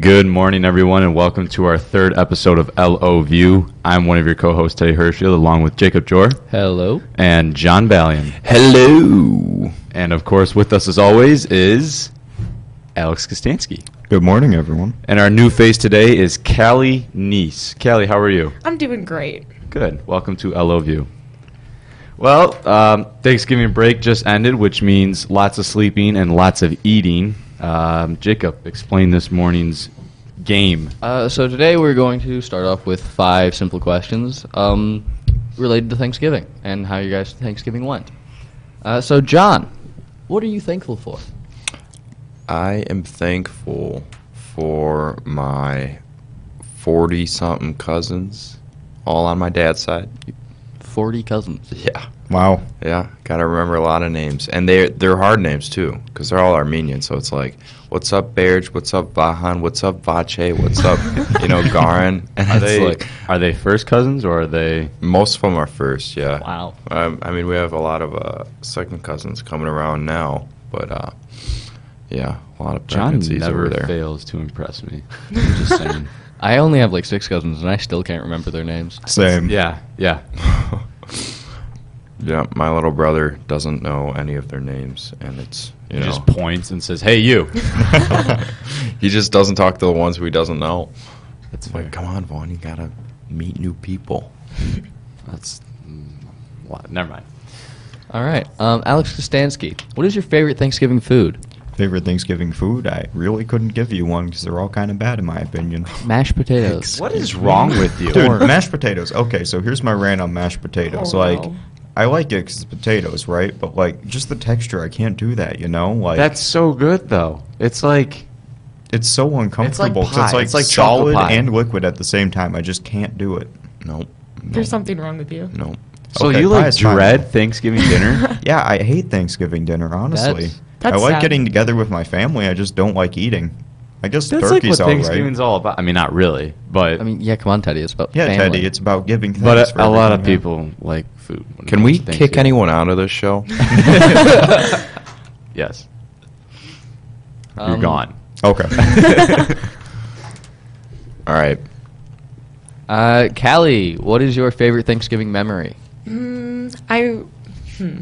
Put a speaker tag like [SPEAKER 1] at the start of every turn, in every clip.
[SPEAKER 1] Good morning, everyone, and welcome to our third episode of LO View. I'm one of your co-hosts, Teddy Hershfield, along with Jacob Jor
[SPEAKER 2] Hello.
[SPEAKER 1] and John Ballion.
[SPEAKER 3] Hello.
[SPEAKER 1] And of course, with us as always is Alex Kostansky.
[SPEAKER 3] Good morning, everyone.
[SPEAKER 1] And our new face today is Callie Neese. Callie, how are you?
[SPEAKER 4] I'm doing great.
[SPEAKER 1] Good. Welcome to LO View. Well, um, Thanksgiving break just ended, which means lots of sleeping and lots of eating. Um, Jacob, explain this morning's game.
[SPEAKER 2] Uh, so today we're going to start off with five simple questions um, related to Thanksgiving and how you guys' Thanksgiving went. Uh, so John, what are you thankful for?
[SPEAKER 3] I am thankful for my 40 something cousins, all on my dad's side.
[SPEAKER 2] Forty cousins.
[SPEAKER 3] Yeah.
[SPEAKER 5] Wow.
[SPEAKER 3] Yeah. Gotta remember a lot of names. And they're, they're hard names, too, because they're all Armenian. So it's like, what's up, Berj? What's up, Vahan? What's up, Vache? What's up, you know, Garin? And
[SPEAKER 1] Are
[SPEAKER 3] it's
[SPEAKER 1] they
[SPEAKER 3] like,
[SPEAKER 1] are they first cousins or are they?
[SPEAKER 3] most of them are first, yeah.
[SPEAKER 2] Wow.
[SPEAKER 3] Um, I mean, we have a lot of uh, second cousins coming around now, but uh, yeah, a lot of
[SPEAKER 1] John
[SPEAKER 3] pregnancies
[SPEAKER 1] never
[SPEAKER 3] over there.
[SPEAKER 1] fails to impress me. I'm just saying.
[SPEAKER 2] I only have like six cousins and I still can't remember their names.
[SPEAKER 5] Same.
[SPEAKER 1] Yeah, yeah.
[SPEAKER 3] yeah, my little brother doesn't know any of their names, and it's
[SPEAKER 1] He
[SPEAKER 3] you know
[SPEAKER 1] just points and says, "Hey, you."
[SPEAKER 3] he just doesn't talk to the ones who he doesn't know.
[SPEAKER 1] That's
[SPEAKER 3] It's like, come on, Vaughn, you gotta meet new people.
[SPEAKER 1] That's mm, wha- never mind.
[SPEAKER 2] All right, um, Alex Kostansky, what is your favorite Thanksgiving food?
[SPEAKER 5] Favorite Thanksgiving food? I really couldn't give you one because they're all kind of bad in my opinion.
[SPEAKER 2] Mashed potatoes.
[SPEAKER 1] What is wrong with you?
[SPEAKER 5] Dude, mashed potatoes. Okay, so here's my rant on mashed potatoes.
[SPEAKER 4] Oh,
[SPEAKER 5] like,
[SPEAKER 4] no.
[SPEAKER 5] I like it because it's potatoes, right? But like, just the texture, I can't do that. You know, like
[SPEAKER 1] That's so good though. It's like
[SPEAKER 5] it's so uncomfortable. 'cause
[SPEAKER 1] pie. It's
[SPEAKER 5] it's
[SPEAKER 1] like
[SPEAKER 5] like
[SPEAKER 1] chocolate
[SPEAKER 5] solid
[SPEAKER 1] pie.
[SPEAKER 5] and liquid at the same time. I just can't do it.
[SPEAKER 3] Nope.
[SPEAKER 4] There's something wrong with you.
[SPEAKER 3] Nope.
[SPEAKER 1] so
[SPEAKER 5] Okay,
[SPEAKER 1] you
[SPEAKER 5] pie
[SPEAKER 1] like
[SPEAKER 5] is fine.
[SPEAKER 1] dread Thanksgiving dinner?
[SPEAKER 5] Yeah, I hate Thanksgiving dinner. Honestly,
[SPEAKER 2] That's-
[SPEAKER 4] That's
[SPEAKER 5] I like
[SPEAKER 4] sad.
[SPEAKER 5] getting together with my family. I just don't like eating. I guess
[SPEAKER 1] That's like
[SPEAKER 5] turkey's
[SPEAKER 1] what
[SPEAKER 5] all right.
[SPEAKER 1] Thanksgiving's all about. I mean, not really, but
[SPEAKER 2] I mean, yeah, come on, Teddy, it's about
[SPEAKER 5] yeah,
[SPEAKER 2] family.
[SPEAKER 5] Teddy, it's about giving. thanks
[SPEAKER 1] but
[SPEAKER 5] for
[SPEAKER 1] a, a lot of
[SPEAKER 5] everything, man.
[SPEAKER 1] people like food. when it
[SPEAKER 3] Can
[SPEAKER 1] comes
[SPEAKER 3] we
[SPEAKER 1] to
[SPEAKER 3] kick
[SPEAKER 1] Thanksgiving.
[SPEAKER 3] anyone out of this show?
[SPEAKER 1] Yes, you're
[SPEAKER 2] Um,
[SPEAKER 1] gone.
[SPEAKER 5] Okay.
[SPEAKER 3] All right.
[SPEAKER 2] Uh, Callie, what is your favorite Thanksgiving memory?
[SPEAKER 4] Mm, I hmm.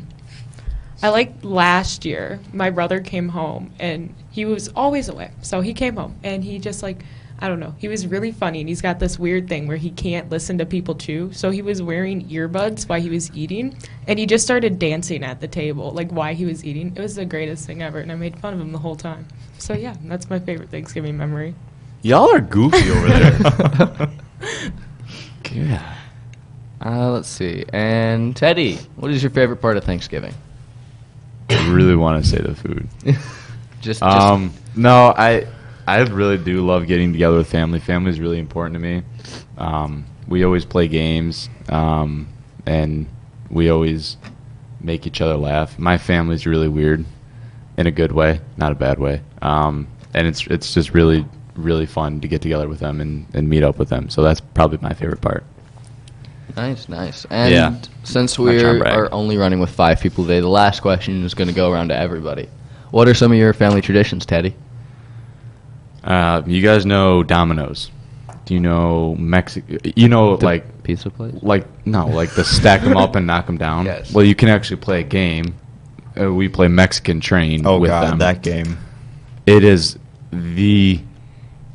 [SPEAKER 4] I like last year. My brother came home and he was always away. So he came home and he just like I don't know. He was really funny and he's got this weird thing where he can't listen to people chew. So he was wearing earbuds while he was eating and he just started dancing at the table like while he was eating. It was the greatest thing ever and I made fun of him the whole time. So yeah, that's my favorite Thanksgiving memory.
[SPEAKER 1] Y'all are goofy over there. yeah.
[SPEAKER 2] Uh, let's see. And Teddy, what is your favorite part of Thanksgiving?
[SPEAKER 1] I really want to say the food.
[SPEAKER 2] Just, just
[SPEAKER 1] Um, no, I I really do love getting together with family. Family is really important to me. Um, we always play games, um, and we always make each other laugh. My family's really weird, in a good way, not a bad way. Um, and it's it's just really really fun to get together with them and, and meet up with them. So that's probably my favorite part.
[SPEAKER 2] nice, nice. And
[SPEAKER 1] Yeah.
[SPEAKER 2] since
[SPEAKER 1] Not
[SPEAKER 2] we
[SPEAKER 1] trying to brag.
[SPEAKER 2] are only running with five people today, the last question is going to go around to everybody. What are some of your family traditions, Teddy?
[SPEAKER 1] Uh, you guys know Domino's. Do you know Mexico? You know like
[SPEAKER 2] pizza place.
[SPEAKER 1] like no, like the stack them up and knock them down.
[SPEAKER 2] Yes.
[SPEAKER 1] Well, you can actually play a game. Uh, we play Mexican Train
[SPEAKER 5] oh
[SPEAKER 1] with
[SPEAKER 5] god,
[SPEAKER 1] them.
[SPEAKER 5] that game.
[SPEAKER 1] it is the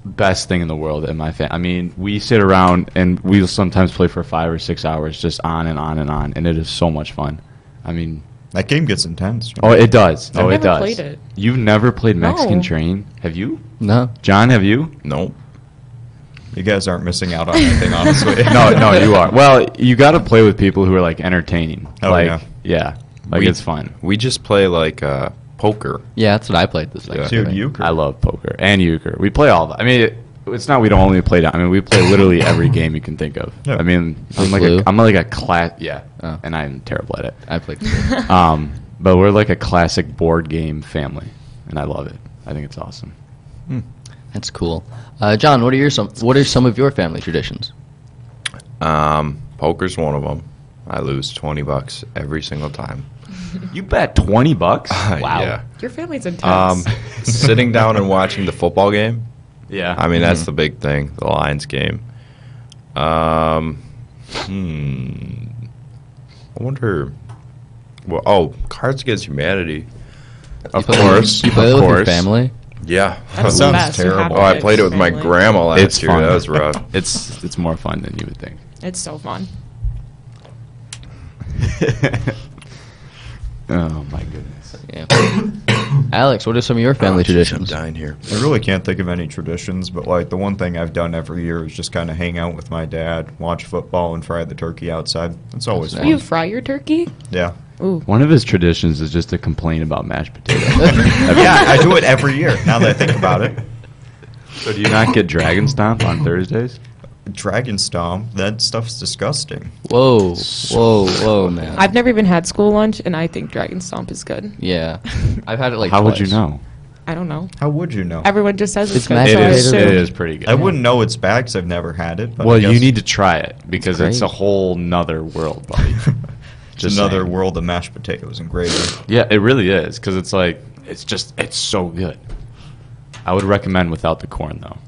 [SPEAKER 1] best thing in the world in my family. I mean, we sit around and we'll sometimes play for five or six hours, just on and on and on, and it is so much fun. I mean,
[SPEAKER 5] That game gets intense.
[SPEAKER 1] oh, it does.
[SPEAKER 5] I've
[SPEAKER 1] oh, it
[SPEAKER 4] never
[SPEAKER 1] does.
[SPEAKER 4] played it.
[SPEAKER 1] You've never played Mexican
[SPEAKER 4] No.
[SPEAKER 1] Train, have you?
[SPEAKER 2] No.
[SPEAKER 1] John, have you?
[SPEAKER 3] Nope.
[SPEAKER 5] You guys aren't missing out on anything, honestly.
[SPEAKER 1] no, no, you are. Well, you got to play with people who are like entertaining.
[SPEAKER 5] Oh,
[SPEAKER 1] like,
[SPEAKER 5] yeah.
[SPEAKER 1] yeah, like
[SPEAKER 3] We-
[SPEAKER 1] it's fun.
[SPEAKER 3] We just play like uh, poker.
[SPEAKER 2] Yeah, that's what I played this
[SPEAKER 3] Yeah.
[SPEAKER 2] Thanksgiving.
[SPEAKER 5] Dude, euchre.
[SPEAKER 1] I love poker and euchre. We play all. The, I mean, it, it's not we don't only play. that. I mean, we play literally every game you can think of.
[SPEAKER 5] Yeah.
[SPEAKER 1] I mean, I'm like
[SPEAKER 2] Clue?
[SPEAKER 1] a, I'm like a class. Yeah,
[SPEAKER 2] Oh.
[SPEAKER 1] and I'm terrible at
[SPEAKER 2] I played.
[SPEAKER 1] it. Um, but we're like a classic board game family, and I love it. I think it's awesome.
[SPEAKER 2] That's cool. Uh, John, what are your some? What are some of your family traditions?
[SPEAKER 3] Um, poker's one of them. I lose 20 bucks every single time.
[SPEAKER 1] You bet twenty bucks.
[SPEAKER 3] Yeah.
[SPEAKER 4] Your family's intense.
[SPEAKER 3] Um, sitting down and watching the football game
[SPEAKER 1] Yeah.
[SPEAKER 3] I mean, that's
[SPEAKER 5] Mhm.
[SPEAKER 3] the big thing, the Lions game. Um, hmm. I wonder. Well, oh, Cards Against Humanity. Of
[SPEAKER 2] You play-
[SPEAKER 3] course,
[SPEAKER 2] You play
[SPEAKER 3] of
[SPEAKER 2] with your
[SPEAKER 3] course.
[SPEAKER 2] family?
[SPEAKER 3] Yeah,
[SPEAKER 4] That's
[SPEAKER 5] Sounds
[SPEAKER 4] the best. You
[SPEAKER 5] terrible.
[SPEAKER 4] have to
[SPEAKER 3] Oh, I
[SPEAKER 4] play
[SPEAKER 3] played it with my
[SPEAKER 4] family.
[SPEAKER 3] grandma last
[SPEAKER 1] It's
[SPEAKER 3] year.
[SPEAKER 1] fun.
[SPEAKER 3] That was rough.
[SPEAKER 1] It's it's more fun than you would think.
[SPEAKER 4] It's so fun.
[SPEAKER 1] oh my goodness.
[SPEAKER 2] Yeah. Alex, what are some of your family
[SPEAKER 3] Oh, geez, I'm
[SPEAKER 2] traditions?
[SPEAKER 3] dying here.
[SPEAKER 5] I really can't think of any traditions, but like the one thing I've done every year is just kind of hang out with my dad, watch football, and fry the turkey outside. It's always
[SPEAKER 1] Um,
[SPEAKER 2] That's
[SPEAKER 5] fun.
[SPEAKER 4] You fry your turkey?
[SPEAKER 5] Yeah.
[SPEAKER 4] Ooh.
[SPEAKER 1] One of his traditions is just to complain about mashed potatoes.
[SPEAKER 5] yeah, I do it every year. Now that I think about it,
[SPEAKER 1] so do you not get dragon stomp on Thursdays?
[SPEAKER 5] Dragon Stomp, that stuff's disgusting.
[SPEAKER 2] Whoa, whoa, whoa, man.
[SPEAKER 4] I've never even had school lunch, and I think Dragon Stomp is good.
[SPEAKER 2] yeah. I've had it like
[SPEAKER 1] How would you
[SPEAKER 2] twice.
[SPEAKER 1] know?
[SPEAKER 4] I don't know.
[SPEAKER 5] How would you know?
[SPEAKER 4] Everyone just says it's,
[SPEAKER 2] It's
[SPEAKER 4] good.
[SPEAKER 2] mashed
[SPEAKER 4] so I
[SPEAKER 2] potato.
[SPEAKER 1] It is.
[SPEAKER 4] assume-
[SPEAKER 1] It is pretty good.
[SPEAKER 5] I wouldn't know it's bad because I've never had it. But I
[SPEAKER 1] Well, you
[SPEAKER 5] guess
[SPEAKER 1] need to try it because it's, a
[SPEAKER 2] great.
[SPEAKER 1] whole nother world, buddy.
[SPEAKER 5] It's another
[SPEAKER 1] saying.
[SPEAKER 5] world of mashed potatoes and gravy.
[SPEAKER 1] Yeah, it really is because it's like it's just it's so good. I would recommend without the corn though.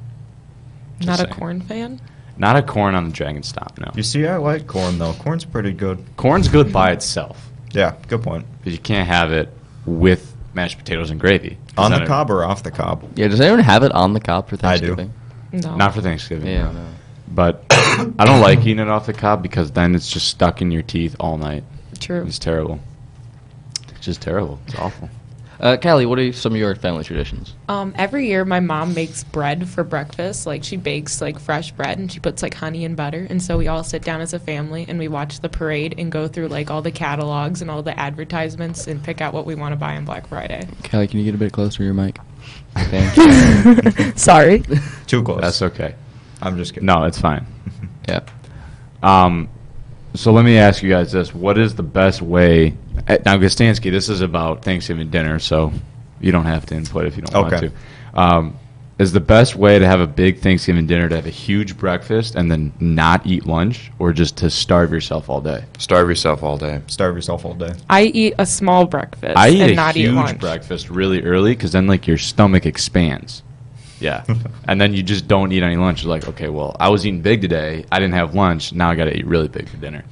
[SPEAKER 1] Just
[SPEAKER 4] Not a
[SPEAKER 1] saying.
[SPEAKER 4] corn fan.
[SPEAKER 1] Not a corn on the dragon stomp. No,
[SPEAKER 5] You see, I like corn though. Corn's pretty good.
[SPEAKER 1] corn's good by itself,
[SPEAKER 5] Yeah, good point.
[SPEAKER 1] but you can't have it with mashed potatoes and gravy. 'Cause
[SPEAKER 5] On
[SPEAKER 1] then
[SPEAKER 5] the
[SPEAKER 1] it-
[SPEAKER 5] cob or off the cob?
[SPEAKER 2] Yeah, does anyone have it on the cob for
[SPEAKER 5] I do.
[SPEAKER 2] Thanksgiving?
[SPEAKER 4] No.
[SPEAKER 1] Not for Thanksgiving.
[SPEAKER 2] Yeah.
[SPEAKER 1] no. But I don't like eating it off the cob because then it's just stuck in your teeth all night.
[SPEAKER 4] True.
[SPEAKER 1] It's terrible. It's just terrible. It's awful.
[SPEAKER 2] Uh, Callie, what are some of your family traditions?
[SPEAKER 4] Um, every year, my mom makes bread for breakfast. Like she bakes like fresh bread, and she puts like honey and butter. And so we all sit down as a family, and we watch the parade and go through like all the catalogs and all the advertisements and pick out what we want to buy on Black Friday.
[SPEAKER 2] Callie, can you get a bit closer to your mic? Thank you.
[SPEAKER 4] Sorry.
[SPEAKER 5] Too close.
[SPEAKER 1] That's okay.
[SPEAKER 5] I'm just kidding.
[SPEAKER 1] No, it's fine.
[SPEAKER 2] yeah.
[SPEAKER 1] Um, so let me ask you guys this: What is the best way? eh, Now, Gostansky, this is about Thanksgiving dinner, so you don't have to input if you don't
[SPEAKER 5] Okay.
[SPEAKER 1] want to. Um, is the best way to have a big Thanksgiving dinner to have a huge breakfast and then not eat lunch, or just to starve yourself all day?
[SPEAKER 3] Starve yourself all day.
[SPEAKER 5] Starve yourself all day.
[SPEAKER 4] I eat a small breakfast
[SPEAKER 1] I eat
[SPEAKER 4] and
[SPEAKER 1] a
[SPEAKER 4] not eat
[SPEAKER 1] huge
[SPEAKER 4] lunch.
[SPEAKER 1] breakfast really early because then like your stomach expands. Yeah, and then you just don't eat any lunch. You're like, okay, well, I was eating big today. I didn't have lunch. Now I got to eat really big for dinner.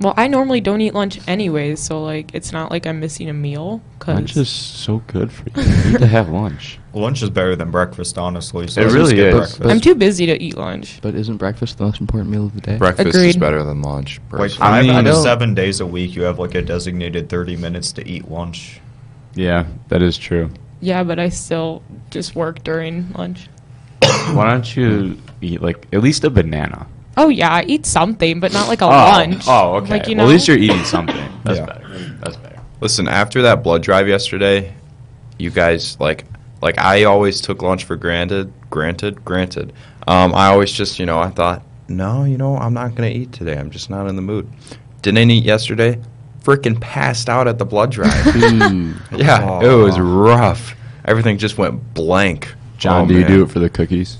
[SPEAKER 4] Well, I normally don't eat lunch anyways, so like it's not like I'm missing a meal.
[SPEAKER 1] Lunch
[SPEAKER 4] Cause
[SPEAKER 1] is so good for you. you need to have lunch.
[SPEAKER 5] Lunch is better than breakfast, honestly. So
[SPEAKER 1] It
[SPEAKER 5] let's
[SPEAKER 1] really
[SPEAKER 5] just get
[SPEAKER 1] is.
[SPEAKER 5] breakfast.
[SPEAKER 4] I'm too busy to eat lunch.
[SPEAKER 2] But isn't breakfast the most important meal of the day?
[SPEAKER 3] Breakfast is
[SPEAKER 4] Agreed.
[SPEAKER 3] better than lunch.
[SPEAKER 5] Like
[SPEAKER 3] personally.
[SPEAKER 5] five
[SPEAKER 1] mean-
[SPEAKER 5] out
[SPEAKER 1] I
[SPEAKER 5] of
[SPEAKER 1] don't-
[SPEAKER 5] seven days a week, you have like a designated 30 minutes to eat lunch.
[SPEAKER 1] Yeah, that is true.
[SPEAKER 4] Yeah, but I still just work during lunch.
[SPEAKER 1] Why don't you eat like at least a banana?
[SPEAKER 4] Oh yeah, I eat something, but not like a
[SPEAKER 1] oh,
[SPEAKER 4] lunch.
[SPEAKER 1] Oh, okay.
[SPEAKER 4] Like you know,
[SPEAKER 1] well, at least you're eating something. That's
[SPEAKER 5] Yeah.
[SPEAKER 1] better. That's better.
[SPEAKER 3] Listen, after that blood drive yesterday, you guys like like I always took lunch for granted, granted, granted. Um, I always just you know I thought no, you know I'm not gonna eat today. I'm just not in the mood. Didn't eat yesterday. Freaking passed out at the blood drive.
[SPEAKER 1] Hmm.
[SPEAKER 2] Ooh.
[SPEAKER 3] yeah, it was
[SPEAKER 5] Aw.
[SPEAKER 3] rough. Everything just went blank.
[SPEAKER 1] John,
[SPEAKER 3] Oh,
[SPEAKER 1] do you
[SPEAKER 3] man.
[SPEAKER 1] do it for the cookies?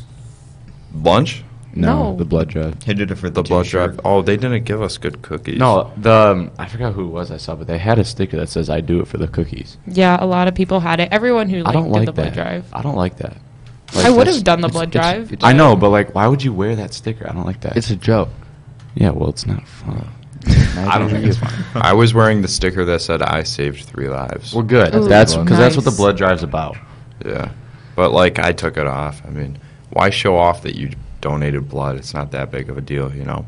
[SPEAKER 3] lunch?
[SPEAKER 4] No, No.
[SPEAKER 1] the
[SPEAKER 4] the
[SPEAKER 1] blood drive.
[SPEAKER 5] He did it for
[SPEAKER 3] The
[SPEAKER 5] the,
[SPEAKER 3] blood
[SPEAKER 5] t-shirt.
[SPEAKER 3] drive. Oh, they didn't give us good cookies.
[SPEAKER 1] No, the um, I forgot who it was I saw, but they had a sticker that says "I do it for the cookies."
[SPEAKER 4] yeah, a lot of people had it. Everyone who
[SPEAKER 1] I
[SPEAKER 4] like,
[SPEAKER 1] don't
[SPEAKER 4] did
[SPEAKER 1] like
[SPEAKER 4] the
[SPEAKER 1] that.
[SPEAKER 4] blood drive.
[SPEAKER 1] I don't like that.
[SPEAKER 4] I would
[SPEAKER 2] that's-
[SPEAKER 4] have done the
[SPEAKER 2] it's-
[SPEAKER 4] blood
[SPEAKER 2] it's-
[SPEAKER 4] drive.
[SPEAKER 2] it's-
[SPEAKER 1] I know, but like, why would you wear that sticker? I don't like that.
[SPEAKER 2] It's a joke.
[SPEAKER 1] yeah, well, it's not fun.
[SPEAKER 2] I
[SPEAKER 1] I don't think
[SPEAKER 2] you.
[SPEAKER 1] it's fun.
[SPEAKER 3] I was wearing the sticker that said I saved three lives.
[SPEAKER 1] Well, good.
[SPEAKER 4] Ooh,
[SPEAKER 1] that's because that's what the
[SPEAKER 4] nice.
[SPEAKER 1] blood drive's about.
[SPEAKER 3] Yeah. But like I took it off. I mean, why show off that you donated blood? It's not that big of a deal, you know.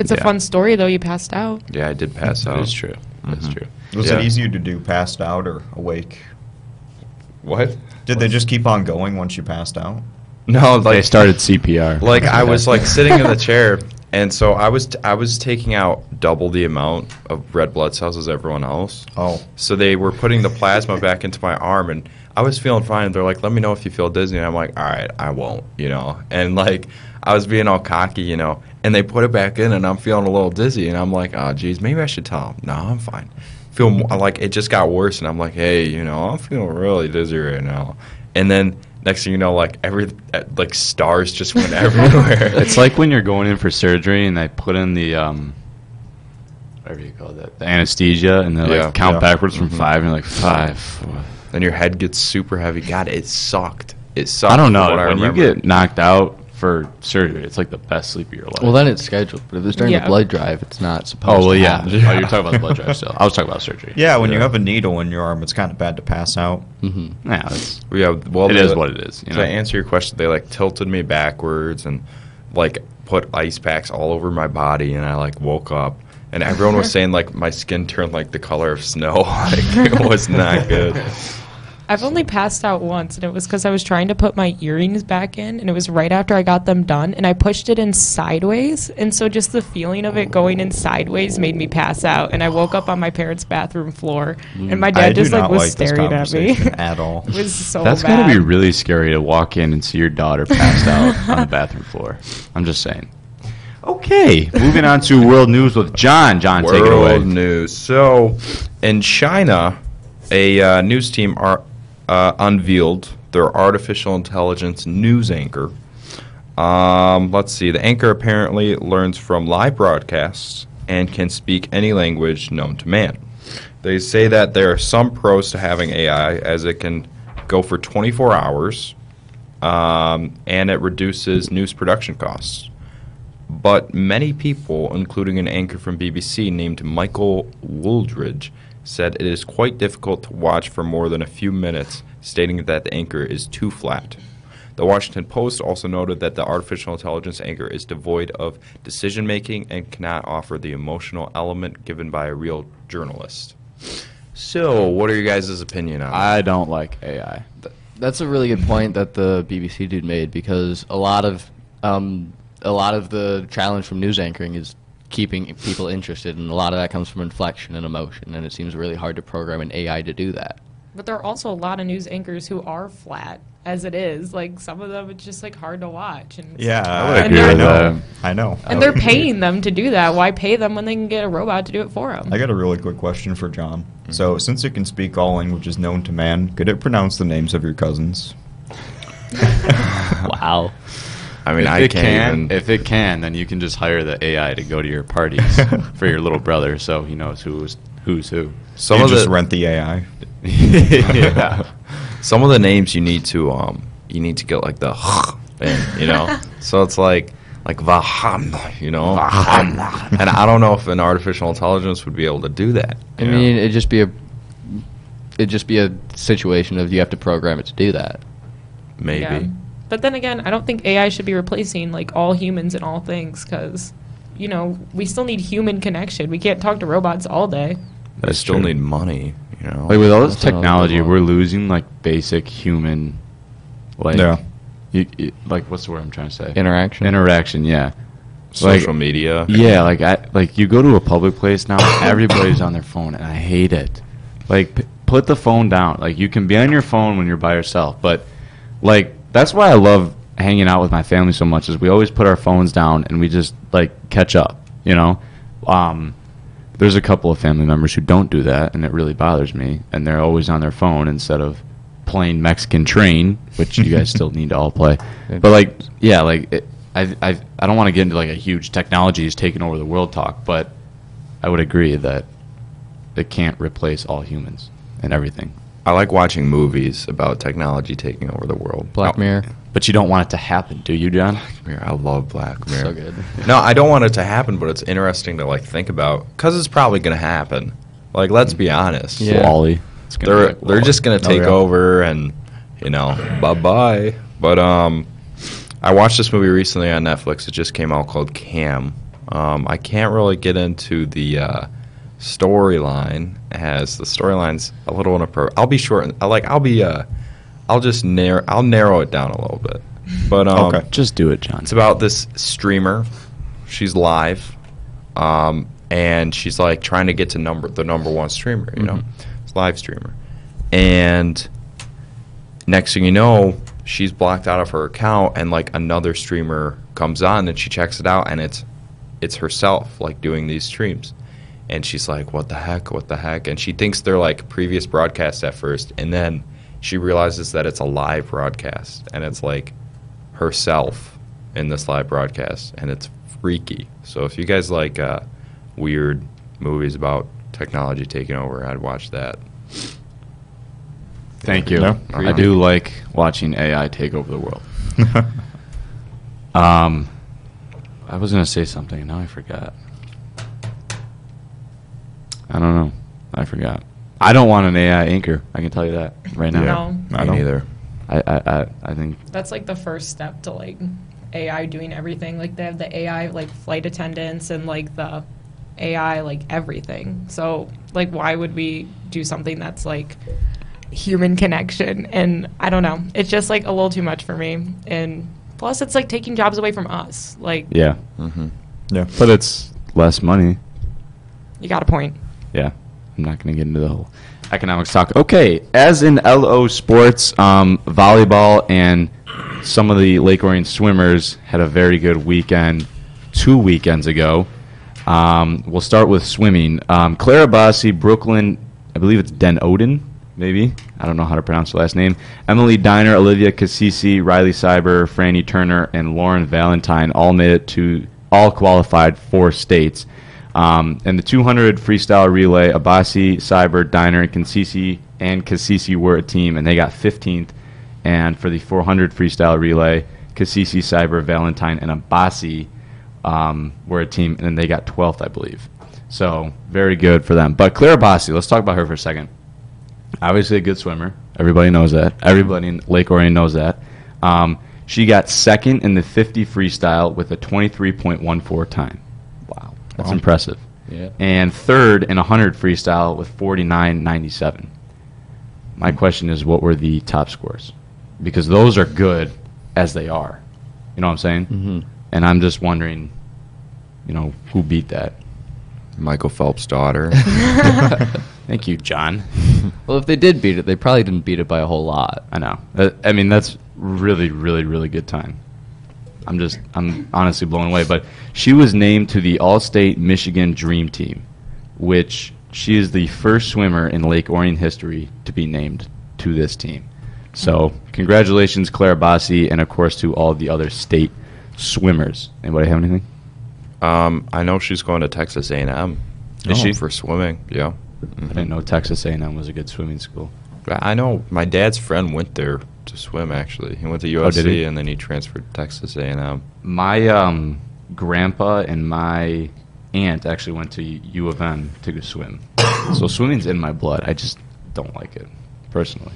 [SPEAKER 4] It's a
[SPEAKER 3] Yeah.
[SPEAKER 4] fun story though. You passed out.
[SPEAKER 3] Yeah, I did pass out. Mm-hmm.
[SPEAKER 1] That is true. That's true.
[SPEAKER 5] Was
[SPEAKER 3] Yeah.
[SPEAKER 5] it easier to do passed out or awake?
[SPEAKER 3] What?
[SPEAKER 5] Did they just keep on going once you passed out?
[SPEAKER 3] No,
[SPEAKER 1] They
[SPEAKER 3] like
[SPEAKER 1] started CPR.
[SPEAKER 3] like I was like sitting in the chair and so I was t- I was taking out double the amount of red blood cells as everyone else.
[SPEAKER 5] Oh,
[SPEAKER 3] So they were putting the plasma back into my arm, and I was feeling fine. They're like, "Let me know if you feel dizzy." And I'm like, "All right, I won't," you know. And like, I was being all cocky, you know. And they put it back in, and I'm feeling a little dizzy, and I'm like, "Oh, geez, maybe I should tell them." No, I'm fine. Feel more, like it just got worse, and I'm like, "Hey, you know, I'm feeling really dizzy right now." And then next thing you know, like every uh, like stars just went everywhere.
[SPEAKER 1] It's like when you're going in for surgery and they put in the um, whatever you call that, the anesthesia, and they
[SPEAKER 3] Yeah.
[SPEAKER 1] like count
[SPEAKER 5] Yeah.
[SPEAKER 1] backwards from five, and you're like five. four."
[SPEAKER 3] and your head gets super heavy. God, it sucked. it sucked.
[SPEAKER 1] I don't know.
[SPEAKER 3] from what I
[SPEAKER 1] when you
[SPEAKER 3] remember.
[SPEAKER 1] get knocked out for surgery, it's like the best sleep of your life.
[SPEAKER 2] Well, then it's scheduled. But if it's during
[SPEAKER 4] Yeah.
[SPEAKER 2] the blood drive, it's not supposed.
[SPEAKER 1] oh well,
[SPEAKER 2] to
[SPEAKER 1] yeah. oh,
[SPEAKER 2] happen.
[SPEAKER 1] you're talking about the blood drive still. I was talking about surgery.
[SPEAKER 5] Yeah, when you have a needle in your arm, it's kind of bad to pass out.
[SPEAKER 2] Mhm.
[SPEAKER 1] yeah, it's,
[SPEAKER 3] Yeah, well,
[SPEAKER 1] it
[SPEAKER 3] they-
[SPEAKER 1] is what it is. You
[SPEAKER 3] To
[SPEAKER 1] know?
[SPEAKER 3] answer your question, they like tilted me backwards and like put ice packs all over my body, and I like woke up, and everyone was saying like my skin turned like the color of snow. like it was not good.
[SPEAKER 4] I've only passed out once, and it was because I was trying to put my earrings back in, and it was right after I got them done, and I pushed it in sideways, and so just the feeling of it going in sideways made me pass out, and I woke up on my parents' bathroom floor, and my dad
[SPEAKER 5] Mm, I
[SPEAKER 4] just
[SPEAKER 5] do
[SPEAKER 4] like
[SPEAKER 5] not
[SPEAKER 4] was
[SPEAKER 5] like this
[SPEAKER 4] staring at me.
[SPEAKER 5] conversation at all.
[SPEAKER 4] it was so
[SPEAKER 1] That's
[SPEAKER 4] bad.
[SPEAKER 1] gotta be really scary to walk in and see your daughter passed out on the bathroom floor. I'm just saying. Okay, moving on to world news with John. John, take it away.
[SPEAKER 3] World news. So, in China, a uh, news team are, uh, unveiled their artificial intelligence news anchor. Um, let's see. The anchor apparently learns from live broadcasts and can speak any language known to man. They say that there are some pros to having AI, as it can go for 24 hours, um, and it reduces news production costs. But many people, including an anchor from BBC named Michael Wooldridge, said it is quite difficult to watch for more than a few minutes, stating that the anchor is too flat. The Washington Post also noted that the artificial intelligence anchor is devoid of decision making and cannot offer the emotional element given by a real journalist. So, what are your guys' opinion on that?
[SPEAKER 1] I don't like AI.
[SPEAKER 2] That's a really good point that the BBC dude made because a lot of um, a lot of the challenge from news anchoring is keeping people interested, and a lot of that comes from inflection and emotion, and it seems really hard to program an AI to do that.
[SPEAKER 4] But there are also a lot of news anchors who are flat as it is. Like some of them, it's just like hard to watch. And it's-
[SPEAKER 5] Yeah,
[SPEAKER 1] would
[SPEAKER 5] I,
[SPEAKER 4] agree
[SPEAKER 5] I
[SPEAKER 4] with
[SPEAKER 5] know.
[SPEAKER 1] that.
[SPEAKER 5] I know.
[SPEAKER 4] and they're paying them to do that. Why pay them when they can get a robot to do it for them?
[SPEAKER 5] I got a really quick question for John. So, since it can speak all languages known to man, could it pronounce the names of your cousins?
[SPEAKER 2] Wow.
[SPEAKER 3] I mean,
[SPEAKER 1] if
[SPEAKER 3] I
[SPEAKER 1] it
[SPEAKER 3] can't.
[SPEAKER 1] can,
[SPEAKER 3] even-
[SPEAKER 1] if it can, then you can just hire the AI to go to your parties for your little brother, so he knows who's who's who.
[SPEAKER 3] some
[SPEAKER 5] you
[SPEAKER 3] of
[SPEAKER 5] just
[SPEAKER 3] the,
[SPEAKER 5] rent the AI.
[SPEAKER 1] yeah.
[SPEAKER 3] some of the names you need to um you need to get like the thing, you know. so it's like like Vahamna, you know. and I don't know if an artificial intelligence would be able to do that.
[SPEAKER 2] I
[SPEAKER 3] you know?
[SPEAKER 2] mean, it'd just be a it'd just be a situation of you have to program it to do that.
[SPEAKER 3] maybe.
[SPEAKER 4] Yeah. But then again, I don't think AI should be replacing like all humans in all things because, you know, we still need human connection. We can't talk to robots all day.
[SPEAKER 3] I
[SPEAKER 1] That's
[SPEAKER 3] still
[SPEAKER 1] true.
[SPEAKER 3] need money, you know.
[SPEAKER 1] Like with all this
[SPEAKER 2] That's another
[SPEAKER 1] technology,
[SPEAKER 2] one.
[SPEAKER 1] we're losing like basic human, like
[SPEAKER 5] Yeah.
[SPEAKER 1] you, you- like what's the word I'm trying to say?
[SPEAKER 2] Interaction.
[SPEAKER 1] Interaction, yeah.
[SPEAKER 3] Social
[SPEAKER 1] like-
[SPEAKER 3] media.
[SPEAKER 1] Yeah, like I like you go to a public place now, everybody's on their phone, and I hate it. Like, p- put the phone down. Like, you can be on your phone when you're by yourself, but like that's why I love hanging out with my family so much. Is we always put our phones down and we just like catch up. You know, um, there's a couple of family members who don't do that, and it really bothers me. And they're always on their phone instead of playing Mexican Train, which you guys still need to all play. But like, yeah, like it, I, I, I don't want to get into like a huge technology is taking over the world talk, but I would agree that it can't replace all humans and everything.
[SPEAKER 3] I like watching movies about technology taking over the world.
[SPEAKER 2] Black
[SPEAKER 3] Oh,
[SPEAKER 2] Mirror.
[SPEAKER 1] But you don't want it to happen, do you, John?
[SPEAKER 3] Mirror. I love Black Mirror.
[SPEAKER 2] So good.
[SPEAKER 3] No, I don't want it to happen, but it's interesting to like think about cuz it's probably going to happen. Like let's be honest.
[SPEAKER 2] Yeah.
[SPEAKER 1] Wally. It's gonna be
[SPEAKER 3] they're
[SPEAKER 1] like
[SPEAKER 3] they're
[SPEAKER 1] Wall-E.
[SPEAKER 3] just gonna
[SPEAKER 5] Oh,
[SPEAKER 3] take
[SPEAKER 5] yeah.
[SPEAKER 3] over and you know bye bye. But um, I watched this movie recently on Netflix. It just came out called Cam. Um, I can't really get into the uh, storyline as the storyline's a little inappropriate. I'll be short. I like I'll be uh, I'll just narrow I'll narrow it down a little bit. But um,
[SPEAKER 5] Okay.
[SPEAKER 1] just do it, John.
[SPEAKER 3] it's about this streamer. She's live, um, and she's like trying to get to number the number one streamer. You know, it's live streamer, and next thing you know, she's blocked out of her account, and like another streamer comes on, and she checks it out, and it's it's herself like doing these streams. And she's like, "What the heck? What the heck?" And she thinks they're like previous broadcasts at first, and then she realizes that it's a live broadcast, and it's like herself in this live broadcast, and it's freaky. So if you guys like uh, weird movies about technology taking over, I'd watch that.
[SPEAKER 1] Thank you.
[SPEAKER 5] No?
[SPEAKER 1] I do like watching AI take over the world. Um, I was gonna say something and now I forgot. I don't know. I forgot. I don't want an AI anchor. I can tell you that right now.
[SPEAKER 4] No.
[SPEAKER 5] I
[SPEAKER 3] Me
[SPEAKER 5] don't
[SPEAKER 3] neither.
[SPEAKER 1] I, I, I, I think
[SPEAKER 4] That's like the first step to like AI doing everything. Like they have the AI like flight attendants and like the AI like everything. So like why would we do something that's like human connection and I don't know. It's just like a little too much for me. And plus it's like taking jobs away from us. Like
[SPEAKER 1] yeah,
[SPEAKER 3] Mm-hmm.
[SPEAKER 5] Yeah.
[SPEAKER 1] but it's less money.
[SPEAKER 4] you got a point.
[SPEAKER 1] yeah, I'm not going to get into the whole economics talk. Okay, as in LO sports, um, volleyball and some of the Lake Orion swimmers had a very good weekend two weekends ago. Um, we'll start with swimming. Um, Clara Bossi, Brooklyn, I believe it's Den Oden, maybe. I don't know how to pronounce the last name. Emily Diner, Olivia Cassisi, Riley Cyber, Franny Turner, and Lauren Valentine all made it to all qualified for states. Um, and the 200 freestyle relay, Abasi, Cyber, Diner, and Kansisi and Kassisi were a team, and they got 15th. And for the 400 freestyle relay, Kassisi, Cyber, Valentine, and Abasi um, were a team, and they got 12th, I believe. So very good for them. But Claire Abasi, let's talk about her for a second. Obviously a good swimmer. Everybody knows that. Everybody in Lake Orion knows that. Um, she got second in the 50 freestyle with a 23.14 time. Wow. That's
[SPEAKER 5] Wow.
[SPEAKER 1] impressive
[SPEAKER 2] Yeah.
[SPEAKER 1] and third in 100 freestyle with 49.97. My question is, what were the top scores? Because those are good as they are. You know what I'm saying?
[SPEAKER 2] Mm-hmm.
[SPEAKER 1] And I'm just wondering, you know, who beat that?
[SPEAKER 3] Michael Phelps' daughter.
[SPEAKER 1] Thank you, John.
[SPEAKER 2] Well, if they did beat it, they probably didn't beat it by a whole lot.
[SPEAKER 1] I know. Uh, I mean, that's really, really, really good time. I'm just, I'm honestly blown away. But she was named to the All-State Michigan Dream Team, which she is the first swimmer in Lake Orion history to be named to this team. So, congratulations, Claire Bassi, and of course to all the other state swimmers. Anybody have anything?
[SPEAKER 3] um, Oh. I know she's going to Texas A&M.
[SPEAKER 1] Is she?
[SPEAKER 3] for swimming? Yeah.
[SPEAKER 1] I didn't know Texas A&M was a good swimming school.
[SPEAKER 3] I know my dad's friend went there to swim. Actually, he went to
[SPEAKER 1] Oh,
[SPEAKER 3] USC
[SPEAKER 1] did he?
[SPEAKER 3] and then he transferred to Texas A&M.
[SPEAKER 1] My um, grandpa and my aunt actually went to U of M to go swim. so swimming's in my blood. I just don't like it personally.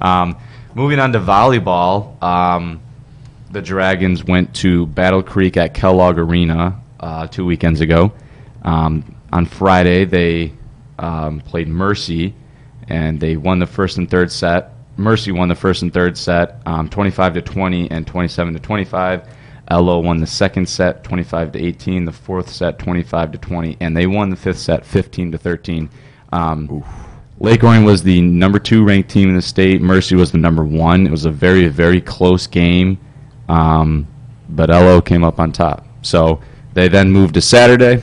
[SPEAKER 1] Um, moving on to volleyball, um, the Dragons went to Battle Creek at Kellogg Arena uh, two weekends ago. Um, on Friday, they um, played Mercy, and they won the first and third set. Mercy won the first and third set, um, 25 to 20 and 27 to 25. LO won the second set, 25 to 18. The fourth set, 25 to 20, and they won the fifth set, 15 to 13. Um, Lake Orion was the number two ranked team in the state. Mercy was the number one. It was a very, very close game, um, but LO came up on top. So they then moved to Saturday,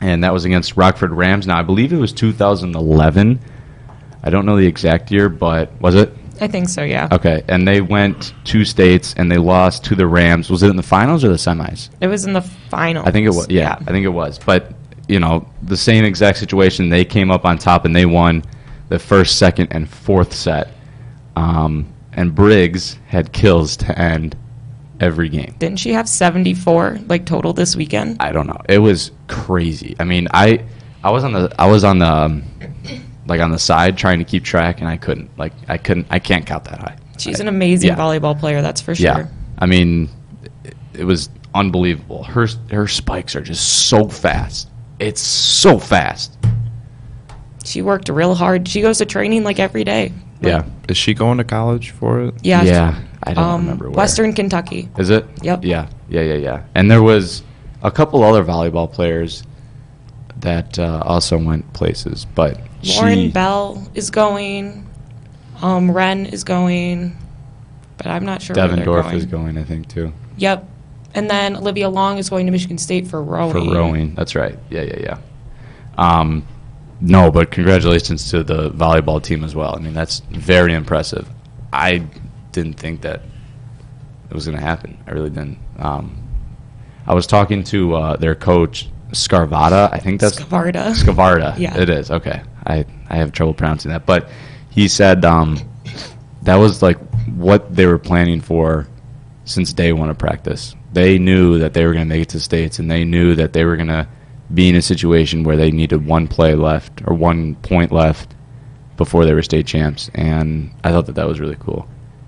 [SPEAKER 1] and that was against Rockford Rams. Now I believe it was 2011. I don't know the exact year, but was it?
[SPEAKER 4] I think so, yeah.
[SPEAKER 1] Okay, and they went two states and they lost to the Rams. Was it in the finals or the semis?
[SPEAKER 4] It was in the final.
[SPEAKER 1] I think it was. Yeah, I think it was. But you know, the same exact situation. They came up on top and they won the first, second, and fourth set. Um, and Briggs had kills to end every game.
[SPEAKER 4] Didn't she have 74 like total this weekend?
[SPEAKER 1] I don't know. It was crazy. I mean, I I was on the I was on the um, like on the side trying to keep track, and I couldn't. Like I couldn't. I can't count that high.
[SPEAKER 4] She's an amazing
[SPEAKER 1] yeah.
[SPEAKER 4] volleyball player, that's for sure.
[SPEAKER 1] Yeah, I mean, it, it was unbelievable. Her her spikes are just so fast. It's so fast.
[SPEAKER 4] She worked real hard. She goes to training like every day.
[SPEAKER 1] Yeah.
[SPEAKER 3] Is she going to college for it?
[SPEAKER 4] Yeah.
[SPEAKER 1] Yeah. I don't
[SPEAKER 4] um,
[SPEAKER 1] remember where.
[SPEAKER 4] Western Kentucky.
[SPEAKER 1] Is it?
[SPEAKER 4] Yep.
[SPEAKER 1] Yeah. Yeah. Yeah. Yeah. And there was a couple other volleyball players that uh, also went places, but she,
[SPEAKER 4] Lauren Bell is going. Um, Ren is going, but I'm not sure. where they're
[SPEAKER 1] Devendorf is going, I think, too
[SPEAKER 4] Yep, and then Olivia Long is going to Michigan State for rowing.
[SPEAKER 1] for rowing. That's right. Yeah. Yeah. Yeah. Um, no, but congratulations to the volleyball team as well. I mean, that's very impressive. I didn't think that it was going to happen. I really didn't. Um, I was talking to uh, their coach Scarvata. I think that's
[SPEAKER 4] Scavarda.
[SPEAKER 1] Scavarda.
[SPEAKER 4] Yeah.
[SPEAKER 1] It is. Okay. I, I have trouble pronouncing that. But he said um, that was like what they were planning for since day one of practice. They knew that they were going to make it to states, and they knew that they were going to be in a situation where they needed one play left or one point left before they were state champs. And I thought that that was really cool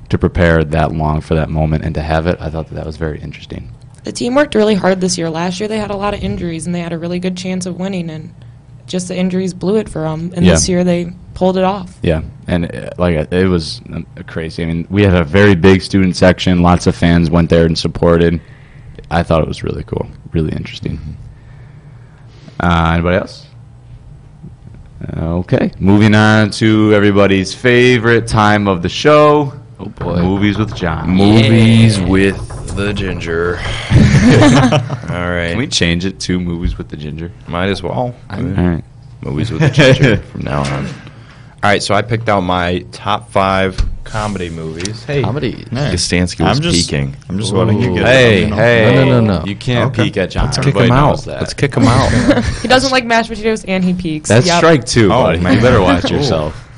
[SPEAKER 1] to prepare that long for that moment and to have it. I thought that that was very interesting.
[SPEAKER 4] The team worked really hard this year. Last year they had a lot of injuries and they had a really good chance of winning, and just the injuries blew it for them. And
[SPEAKER 1] Yeah.
[SPEAKER 4] this year they pulled it off.
[SPEAKER 1] Yeah, and uh, like uh, it was um, crazy. I mean, we had a very big student section. Lots of fans went there and supported. I thought it was really cool, really interesting. Uh, anybody else? Okay, moving on to everybody's favorite time of the show.
[SPEAKER 2] Oh boy.
[SPEAKER 1] Movies with John.
[SPEAKER 3] Movies with the ginger. All right.
[SPEAKER 1] Can we change it to movies with the ginger?
[SPEAKER 3] Might as well.
[SPEAKER 1] All right.
[SPEAKER 3] movies with the ginger from now on. All right, so I picked out my top five comedy movies. Hey,
[SPEAKER 2] Comedy.
[SPEAKER 3] Kostansky was
[SPEAKER 5] I'm just,
[SPEAKER 3] peeking.
[SPEAKER 5] I'm just letting you get
[SPEAKER 1] Hey,
[SPEAKER 5] it. on,
[SPEAKER 1] hey!
[SPEAKER 2] No, no, no, no.
[SPEAKER 1] You can't
[SPEAKER 5] Okay.
[SPEAKER 1] peek at John.
[SPEAKER 3] Let's kick
[SPEAKER 1] Everybody
[SPEAKER 3] him
[SPEAKER 1] knows
[SPEAKER 3] out.
[SPEAKER 1] that.
[SPEAKER 3] Let's kick him out.
[SPEAKER 4] he doesn't like mashed potatoes and he peaks.
[SPEAKER 1] That's
[SPEAKER 4] Yep.
[SPEAKER 1] strike two,
[SPEAKER 5] Oh,
[SPEAKER 1] buddy.
[SPEAKER 5] man.
[SPEAKER 1] You better watch yourself.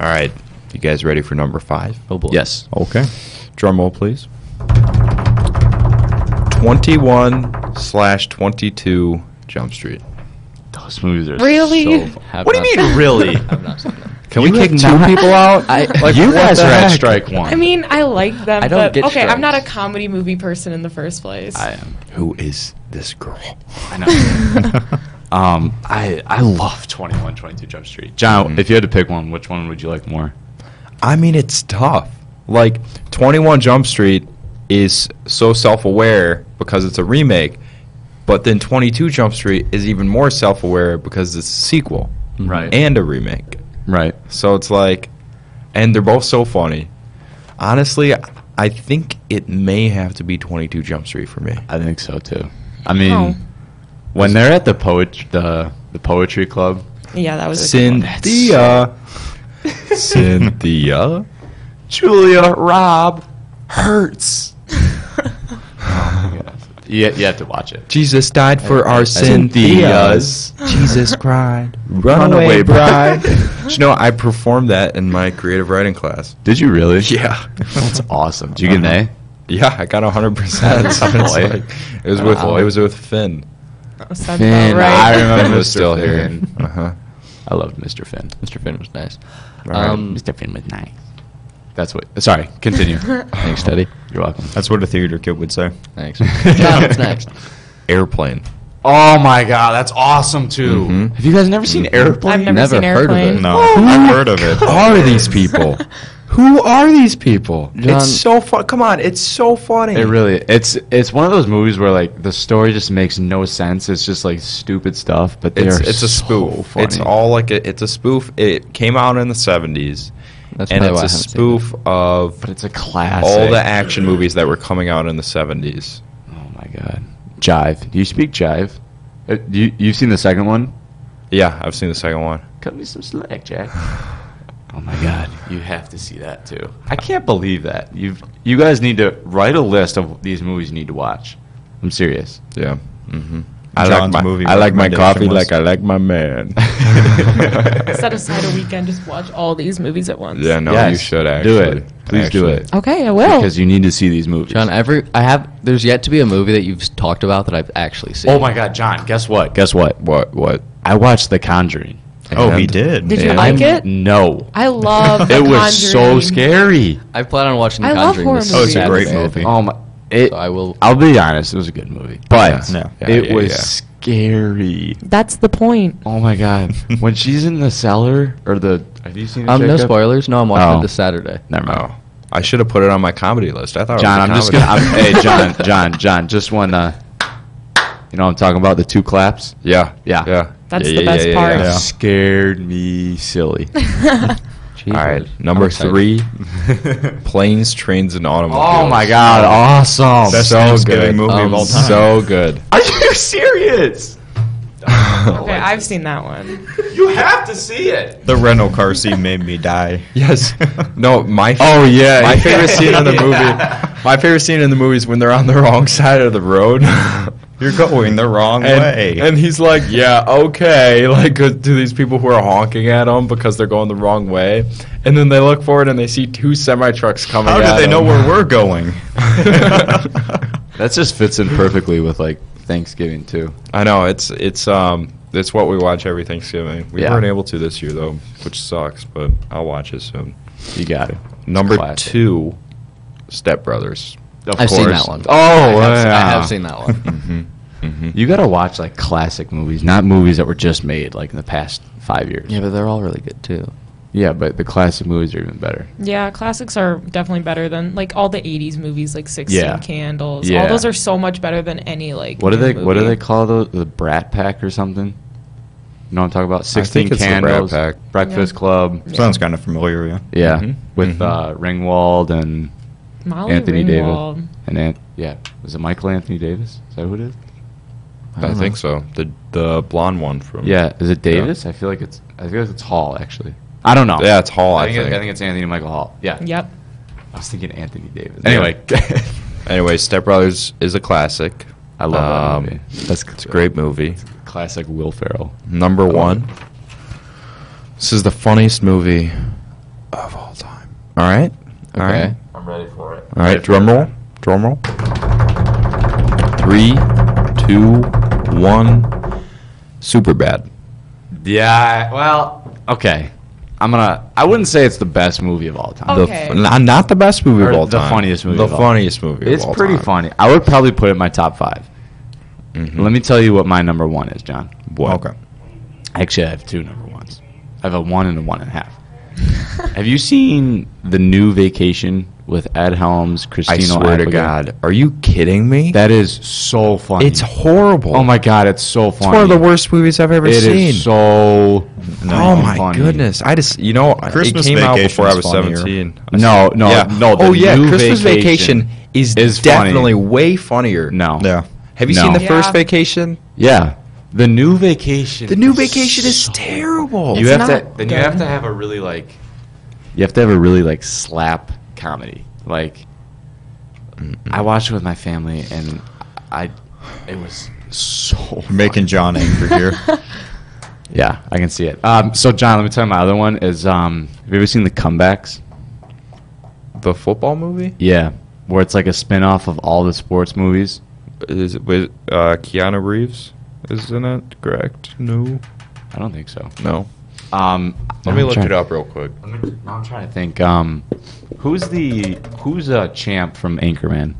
[SPEAKER 3] All right, you guys ready for number five?
[SPEAKER 2] Oh boy.
[SPEAKER 1] Yes.
[SPEAKER 5] no. Okay.
[SPEAKER 3] Drum roll, please. 21 slash 22 Jump Street.
[SPEAKER 1] Those movies are
[SPEAKER 4] Really?
[SPEAKER 1] So
[SPEAKER 2] Have
[SPEAKER 1] what do you
[SPEAKER 2] not-
[SPEAKER 1] mean, really?
[SPEAKER 2] Have not seen them.
[SPEAKER 3] Can
[SPEAKER 1] You
[SPEAKER 3] we kick
[SPEAKER 1] have
[SPEAKER 3] two
[SPEAKER 1] not-
[SPEAKER 3] people out?
[SPEAKER 2] I-
[SPEAKER 1] like you
[SPEAKER 3] what
[SPEAKER 1] guys
[SPEAKER 3] the
[SPEAKER 1] are at
[SPEAKER 3] heck?
[SPEAKER 1] strike one.
[SPEAKER 4] I mean, I like them,
[SPEAKER 2] I don't
[SPEAKER 4] but
[SPEAKER 2] get
[SPEAKER 4] okay, I'm not a
[SPEAKER 2] strikes.
[SPEAKER 4] comedy movie person in the first place.
[SPEAKER 1] I am.
[SPEAKER 3] Who is this girl?
[SPEAKER 1] I know. um, I I love 21, 22 Jump Street. John,
[SPEAKER 3] Mhm.
[SPEAKER 1] if you had to pick one, which one would you like more?
[SPEAKER 3] I mean, it's tough. Like, 21 Jump Street is so self aware because it's a remake, but then 22 Jump Street is even more self aware because it's a sequel
[SPEAKER 1] Right.
[SPEAKER 3] and a remake.
[SPEAKER 1] Mm-hmm. Eh, Right.
[SPEAKER 3] So it's like, and they're both so funny. Honestly, I think it may have to be 22 Jump Street for me.
[SPEAKER 1] I think so too. I mean,
[SPEAKER 4] Oh.
[SPEAKER 1] when they're at the poet the the poetry club,
[SPEAKER 4] yeah, that was a good one.
[SPEAKER 3] Cynthia. Cynthia.
[SPEAKER 1] Julia Rob hurts. you, you have to watch it.
[SPEAKER 3] Jesus died for our
[SPEAKER 1] Cynthias.
[SPEAKER 3] Cynthias. Jesus cried. Runaway bride. you know, I performed that in my creative writing class.
[SPEAKER 1] Did you really?
[SPEAKER 3] Yeah.
[SPEAKER 1] That's awesome. Uh-huh. Did you get an A?
[SPEAKER 3] Yeah, I got 100%. So it's
[SPEAKER 1] Boy.
[SPEAKER 3] like- it was with
[SPEAKER 1] Wow.
[SPEAKER 3] it was with Finn.
[SPEAKER 4] That sounds
[SPEAKER 1] Finn,
[SPEAKER 4] about right.
[SPEAKER 1] I remember
[SPEAKER 3] Finn was
[SPEAKER 1] Mr.
[SPEAKER 3] still here.
[SPEAKER 1] Finn.
[SPEAKER 3] Uh-huh.
[SPEAKER 1] I loved Mr. Finn.
[SPEAKER 2] Mr. Finn was nice.
[SPEAKER 3] Alright.
[SPEAKER 2] Um,
[SPEAKER 1] Finn was nice. That's what. Sorry, continue.
[SPEAKER 2] thanks, Teddy.
[SPEAKER 1] You're welcome.
[SPEAKER 5] That's what a theater kid would say.
[SPEAKER 2] Thanks. John, what's next?
[SPEAKER 3] Airplane.
[SPEAKER 1] Oh my god, that's awesome too. Mm-hmm.
[SPEAKER 3] Mhm.
[SPEAKER 1] Have you guys never seen Airplane?
[SPEAKER 4] I've
[SPEAKER 2] Never
[SPEAKER 4] never, seen
[SPEAKER 2] heard of it.
[SPEAKER 4] Airplane.
[SPEAKER 5] No,
[SPEAKER 3] Oh my
[SPEAKER 5] I've heard of it.
[SPEAKER 3] Who are these people? Who are these people?
[SPEAKER 2] John-
[SPEAKER 3] it's so fun. Come on, it's so funny.
[SPEAKER 1] It really it's it's one of those movies where like the story just makes no sense. It's just like stupid stuff, but they're
[SPEAKER 3] It's, it's a spoof. it's all like a, it's a spoof. It came out in the 70s.
[SPEAKER 2] That's
[SPEAKER 3] and
[SPEAKER 2] probably why
[SPEAKER 3] it's
[SPEAKER 2] I haven't
[SPEAKER 3] a
[SPEAKER 2] seen it.
[SPEAKER 3] spoof of
[SPEAKER 1] but it's a classic.
[SPEAKER 3] all the action movies that were coming out in the 70s.
[SPEAKER 1] Oh my god, Jive. Do you speak Jive? Uh, you you've seen the second one?
[SPEAKER 3] Yeah, I've seen the second one.
[SPEAKER 1] Cut me some slack, Jack. Oh my god, you have to see that too. I can't believe that. You've you guys need to write a list of these movies you need to watch. I'm serious.
[SPEAKER 3] Yeah. hmm
[SPEAKER 5] John's movie recommendation list.
[SPEAKER 3] like my man.
[SPEAKER 4] Set aside a weekend, just watch all these movies at once.
[SPEAKER 3] Yeah, no, you
[SPEAKER 1] Yes,
[SPEAKER 3] should actually.
[SPEAKER 1] do it. Please do
[SPEAKER 3] Actually.
[SPEAKER 1] it
[SPEAKER 4] Okay, I will.
[SPEAKER 1] because you need to see these movies.
[SPEAKER 2] John, every I have. There's yet to be a movie that you've talked about that I've actually seen.
[SPEAKER 1] oh my god, John, guess what? Guess what?
[SPEAKER 3] What? What?
[SPEAKER 1] I watched The Conjuring.
[SPEAKER 5] Oh,
[SPEAKER 3] And-
[SPEAKER 5] he did.
[SPEAKER 4] Did you
[SPEAKER 3] Yeah.
[SPEAKER 4] like it?
[SPEAKER 1] No.
[SPEAKER 4] I love. The
[SPEAKER 1] It was so
[SPEAKER 4] Conjuring.
[SPEAKER 1] scary.
[SPEAKER 2] I plan on watching. The
[SPEAKER 4] I love
[SPEAKER 2] Conjuring
[SPEAKER 4] horror
[SPEAKER 2] this
[SPEAKER 4] movies. Oh, it's a
[SPEAKER 2] Saturday,
[SPEAKER 5] great
[SPEAKER 2] I
[SPEAKER 5] movie.
[SPEAKER 2] think.
[SPEAKER 1] Oh my it,
[SPEAKER 2] So I will.
[SPEAKER 1] I'll be honest, it was a good movie. But
[SPEAKER 5] Yeah.
[SPEAKER 3] Yeah,
[SPEAKER 1] it
[SPEAKER 3] yeah,
[SPEAKER 1] was
[SPEAKER 3] yeah.
[SPEAKER 1] scary.
[SPEAKER 4] That's the point.
[SPEAKER 1] Oh my god. when she's in the cellar or the have you
[SPEAKER 5] Oh,
[SPEAKER 1] seen it?
[SPEAKER 2] Um, no
[SPEAKER 1] Jacob?
[SPEAKER 2] spoilers. No, I'm watching
[SPEAKER 1] Oh.
[SPEAKER 2] it this Saturday.
[SPEAKER 1] Never mind.
[SPEAKER 3] Oh, I should have put it on my comedy list. I thought.
[SPEAKER 1] John,
[SPEAKER 3] it
[SPEAKER 1] I'm
[SPEAKER 3] was
[SPEAKER 1] just
[SPEAKER 3] a
[SPEAKER 1] gonna.
[SPEAKER 3] comedy.
[SPEAKER 1] I'm, hey, John, John, John, just one. Uh, you know, what I'm talking about the two claps.
[SPEAKER 3] Yeah.
[SPEAKER 1] Yeah.
[SPEAKER 3] Yeah.
[SPEAKER 4] That's
[SPEAKER 3] Yeah,
[SPEAKER 4] the
[SPEAKER 3] yeah,
[SPEAKER 4] best
[SPEAKER 3] yeah, yeah,
[SPEAKER 4] part.
[SPEAKER 5] yeah.
[SPEAKER 1] Scared me silly.
[SPEAKER 2] Jesus.
[SPEAKER 3] All right,
[SPEAKER 2] I'm
[SPEAKER 3] number
[SPEAKER 2] excited.
[SPEAKER 3] three, planes, trains, and automobiles.
[SPEAKER 1] oh my god, awesome!
[SPEAKER 5] Best
[SPEAKER 1] so good.
[SPEAKER 5] Thanksgiving movie
[SPEAKER 2] Um,
[SPEAKER 5] of all time.
[SPEAKER 3] So good.
[SPEAKER 1] Are you serious? Oh,
[SPEAKER 4] Okay, I've seen that one.
[SPEAKER 1] You have to see it.
[SPEAKER 5] the rental car scene made me die.
[SPEAKER 3] Yes. No, my
[SPEAKER 1] Oh yeah,
[SPEAKER 3] my favorite scene in the
[SPEAKER 1] Yeah.
[SPEAKER 3] movie. My favorite scene in the movie is when they're on the wrong side of the road.
[SPEAKER 5] You're going the wrong way.
[SPEAKER 3] and, and he's like, yeah, okay, like uh, to these people who are honking at him because they're going the wrong way, and then they look forward and they see two semi trucks coming.
[SPEAKER 5] How do
[SPEAKER 3] at
[SPEAKER 5] they know
[SPEAKER 3] them.
[SPEAKER 5] where we're going?
[SPEAKER 1] That just fits in perfectly with like Thanksgiving too.
[SPEAKER 3] I know it's it's um it's what we watch every Thanksgiving. We
[SPEAKER 1] Yeah.
[SPEAKER 3] weren't able to this year though, which sucks, but I'll watch it soon.
[SPEAKER 1] You got it.
[SPEAKER 3] Number
[SPEAKER 1] classic.
[SPEAKER 3] two, Step Brothers.
[SPEAKER 1] Of
[SPEAKER 2] I've seen that one.
[SPEAKER 1] Oh,
[SPEAKER 2] I have,
[SPEAKER 1] yeah.
[SPEAKER 2] I have seen that one.
[SPEAKER 3] Mm-hmm.
[SPEAKER 1] You got to watch like classic movies, not movies that were just made like in the past five years.
[SPEAKER 2] yeah, but they're all really good too.
[SPEAKER 1] Yeah, but the classic movies are even better.
[SPEAKER 4] Yeah, classics are definitely better than like all the '80s movies, like Sixteen
[SPEAKER 1] Yeah.
[SPEAKER 4] Candles.
[SPEAKER 1] Yeah.
[SPEAKER 4] All those are so much better than any like.
[SPEAKER 1] What do
[SPEAKER 4] new
[SPEAKER 1] they What do
[SPEAKER 4] movie.
[SPEAKER 1] they call those? The Brat Pack or something? You know what I'm talking about? Sixteen
[SPEAKER 3] it's the Brat
[SPEAKER 1] Candles,
[SPEAKER 3] Pack.
[SPEAKER 1] Breakfast
[SPEAKER 4] Yeah.
[SPEAKER 1] Club.
[SPEAKER 5] Sounds kind of familiar, yeah.
[SPEAKER 1] Yeah,
[SPEAKER 3] Mhm.
[SPEAKER 1] with
[SPEAKER 3] Mhm.
[SPEAKER 1] Uh, Ringwald and
[SPEAKER 4] Molly
[SPEAKER 1] Anthony
[SPEAKER 4] Ringwald.
[SPEAKER 1] Davis and Ant- yeah, was it Michael Anthony Davis? Is that who it is?
[SPEAKER 3] I,
[SPEAKER 2] don't know.
[SPEAKER 3] think so. The the blonde one from
[SPEAKER 1] Yeah, is it Davis? I feel like it's I feel like it's Hall actually. I don't know.
[SPEAKER 3] yeah, it's Hall.
[SPEAKER 1] I
[SPEAKER 3] I,
[SPEAKER 1] think,
[SPEAKER 3] think.
[SPEAKER 1] it- I think it's Anthony Michael Hall. Yeah,
[SPEAKER 4] Yep.
[SPEAKER 1] I was thinking Anthony Davis.
[SPEAKER 3] Yeah.
[SPEAKER 1] Anyway,
[SPEAKER 3] Anyway, Step Brothers is a classic.
[SPEAKER 1] I love
[SPEAKER 3] Um,
[SPEAKER 1] that movie. That's
[SPEAKER 3] It's a great movie.
[SPEAKER 1] Classic Will Ferrell.
[SPEAKER 3] Number one. This is the funniest movie of all time. All right. All right.
[SPEAKER 2] Okay.
[SPEAKER 6] I'm ready for it.
[SPEAKER 3] All right. Drum roll. Drum roll. Three, two, one. Super bad.
[SPEAKER 1] Yeah. Uh, Well, okay. I'm gonna. I wouldn't say it's the best movie of all time.
[SPEAKER 4] Okay.
[SPEAKER 3] not, not the best movie
[SPEAKER 1] Or
[SPEAKER 3] of all
[SPEAKER 1] the
[SPEAKER 3] time.
[SPEAKER 1] funniest movie
[SPEAKER 3] The
[SPEAKER 1] of all
[SPEAKER 3] funniest movie.
[SPEAKER 1] It's
[SPEAKER 3] of all
[SPEAKER 1] pretty
[SPEAKER 3] time.
[SPEAKER 1] funny. I would probably put it in my top 5
[SPEAKER 3] Mhm.
[SPEAKER 1] Let me tell you what my number one is, John.
[SPEAKER 3] What?
[SPEAKER 5] Okay.
[SPEAKER 1] Actually, I have two number ones. I have a one and a one and a half. have you seen the new Vacation with Ed Helms,
[SPEAKER 3] I
[SPEAKER 1] Christina?
[SPEAKER 3] swear to
[SPEAKER 1] Applegate?
[SPEAKER 3] God, are you kidding me?
[SPEAKER 1] that is so funny.
[SPEAKER 3] it's horrible.
[SPEAKER 1] oh my God, it's so
[SPEAKER 3] it's
[SPEAKER 1] funny.
[SPEAKER 3] one of the worst movies I've ever
[SPEAKER 1] It is
[SPEAKER 3] seen.
[SPEAKER 1] so.
[SPEAKER 3] Oh
[SPEAKER 5] No,
[SPEAKER 3] my
[SPEAKER 1] funny.
[SPEAKER 3] goodness! I just you know
[SPEAKER 5] Christmas
[SPEAKER 3] it came out
[SPEAKER 5] Vacation
[SPEAKER 3] before I
[SPEAKER 5] is
[SPEAKER 3] was
[SPEAKER 5] funnier.
[SPEAKER 3] seventeen.
[SPEAKER 1] No, no,
[SPEAKER 3] yeah.
[SPEAKER 1] no. The
[SPEAKER 3] oh yeah,
[SPEAKER 1] new
[SPEAKER 3] Christmas Vacation,
[SPEAKER 1] Vacation
[SPEAKER 3] is,
[SPEAKER 1] is funny.
[SPEAKER 3] definitely way funnier.
[SPEAKER 1] No.
[SPEAKER 5] Yeah.
[SPEAKER 3] Have you
[SPEAKER 1] No.
[SPEAKER 3] seen the
[SPEAKER 4] Yeah.
[SPEAKER 3] first Vacation?
[SPEAKER 1] Yeah. The new Vacation.
[SPEAKER 3] The new
[SPEAKER 1] is
[SPEAKER 3] Vacation is
[SPEAKER 1] so
[SPEAKER 3] terrible.
[SPEAKER 1] you
[SPEAKER 4] It's
[SPEAKER 1] have to
[SPEAKER 4] not
[SPEAKER 1] then you have
[SPEAKER 4] good.
[SPEAKER 1] to have a really like you have to have a really like slap comedy like i watched it with my family and i it was so
[SPEAKER 5] Making John angry here.
[SPEAKER 1] yeah i can see it um, so john let me tell you my other one is um, have you ever seen the comebacks
[SPEAKER 3] the football movie
[SPEAKER 1] yeah where it's like a spin-off of all the sports movies
[SPEAKER 3] is it with uh, Keanu Reeves? Isn't that correct? No,
[SPEAKER 1] i don't think so
[SPEAKER 3] no.
[SPEAKER 1] um,
[SPEAKER 3] Let
[SPEAKER 1] now
[SPEAKER 3] me
[SPEAKER 1] I'm
[SPEAKER 3] look
[SPEAKER 1] trying-
[SPEAKER 3] it up real quick.
[SPEAKER 1] let me- now i'm trying to think um, who's the who's a champ from anchorman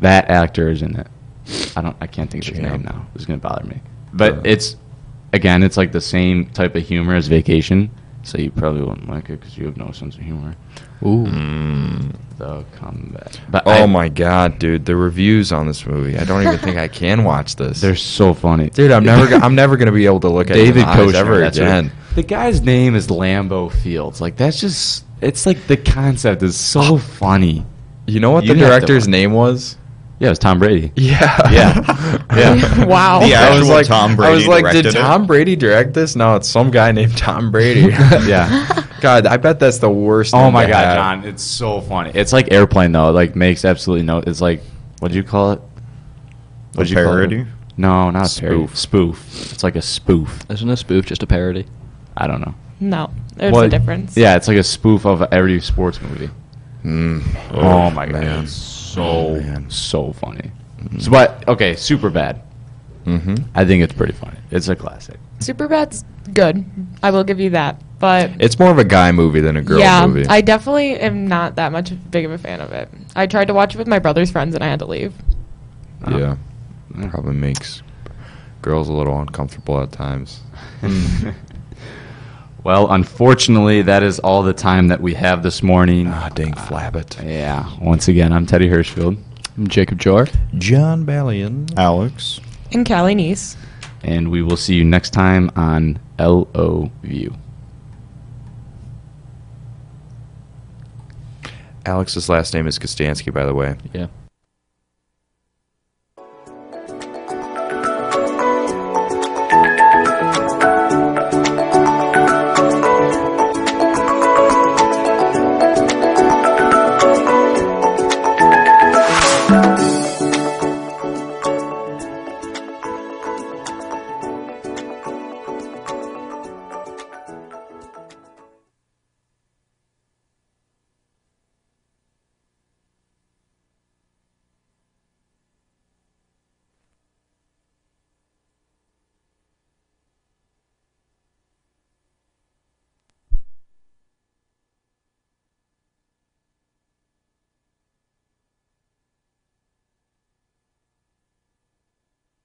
[SPEAKER 1] that actor is in it. I don't. I can't think of his name
[SPEAKER 3] Champ.
[SPEAKER 1] now. It's gonna bother me.
[SPEAKER 3] Uh,
[SPEAKER 1] But it's again, it's like the same type of humor as Vacation. So you probably wouldn't like it because you have no sense of humor. Mm.
[SPEAKER 2] Ooh.
[SPEAKER 1] The comeback. But
[SPEAKER 3] Oh
[SPEAKER 1] I-
[SPEAKER 3] my god, dude! The reviews on this movie. I don't even think I can watch this.
[SPEAKER 1] they're so funny,
[SPEAKER 3] dude, I'm never, go- I'm never gonna be able to look at
[SPEAKER 1] David
[SPEAKER 3] David
[SPEAKER 1] Kochner
[SPEAKER 3] Coach ever
[SPEAKER 1] that's what-
[SPEAKER 3] again.
[SPEAKER 1] The guy's name is Lambo Fields. Like that's just. It's like the concept is so
[SPEAKER 3] Oh.
[SPEAKER 1] funny.
[SPEAKER 3] You know what
[SPEAKER 1] You'd
[SPEAKER 3] the
[SPEAKER 1] have to
[SPEAKER 3] director's
[SPEAKER 1] watch-
[SPEAKER 3] name was?
[SPEAKER 1] Yeah, it was Tom Brady.
[SPEAKER 3] Yeah.
[SPEAKER 1] Yeah.
[SPEAKER 3] yeah.
[SPEAKER 4] Wow.
[SPEAKER 5] The
[SPEAKER 3] I was
[SPEAKER 5] actual
[SPEAKER 3] like,
[SPEAKER 5] Tom
[SPEAKER 3] I was
[SPEAKER 5] Brady
[SPEAKER 3] like, did
[SPEAKER 5] directed it?
[SPEAKER 3] Tom Brady direct this? No, it's some guy named Tom Brady.
[SPEAKER 1] Yeah.
[SPEAKER 3] God, I bet that's the worst.
[SPEAKER 1] Oh
[SPEAKER 3] thing
[SPEAKER 1] my
[SPEAKER 3] to
[SPEAKER 1] god,
[SPEAKER 3] have.
[SPEAKER 1] John, it's so funny. It's like airplane though. It like makes absolutely no. It's like what do you call it?
[SPEAKER 5] A
[SPEAKER 1] you call it?
[SPEAKER 5] parody?
[SPEAKER 1] No, not a parody.
[SPEAKER 3] Spoof.
[SPEAKER 1] Spoof. It's like a spoof.
[SPEAKER 2] Isn't a spoof just a parody?
[SPEAKER 1] I don't know.
[SPEAKER 4] No, there's
[SPEAKER 1] Well,
[SPEAKER 4] a difference.
[SPEAKER 1] Yeah, it's like a spoof of every sports movie.
[SPEAKER 3] Mm.
[SPEAKER 1] Oh, my god,
[SPEAKER 3] man.
[SPEAKER 1] it's so
[SPEAKER 3] Oh, man.
[SPEAKER 1] so funny. So, but okay, super bad.
[SPEAKER 3] Mm-hmm.
[SPEAKER 1] I think it's pretty funny. It's a classic.
[SPEAKER 4] Superbad's good. I will give you that. But
[SPEAKER 3] It's more of a guy movie than a girl
[SPEAKER 4] yeah,
[SPEAKER 3] movie.
[SPEAKER 4] I definitely am not that much big of a fan of it. I tried to watch it with my brother's friends and I had to leave.
[SPEAKER 3] yeah, probably makes girls a little uncomfortable at times.
[SPEAKER 1] Well, unfortunately, that is all the time that we have this morning.
[SPEAKER 3] Ah, dang flabbit.
[SPEAKER 1] Yeah. Once again, I'm Teddy Hirschfield.
[SPEAKER 2] I'm Jacob Jork.
[SPEAKER 3] John Ballion.
[SPEAKER 5] Alex.
[SPEAKER 4] And Callie Niece.
[SPEAKER 1] and we will see you next time on LOView.
[SPEAKER 3] Alex's last name is Kostansky, by the way.
[SPEAKER 2] Yeah.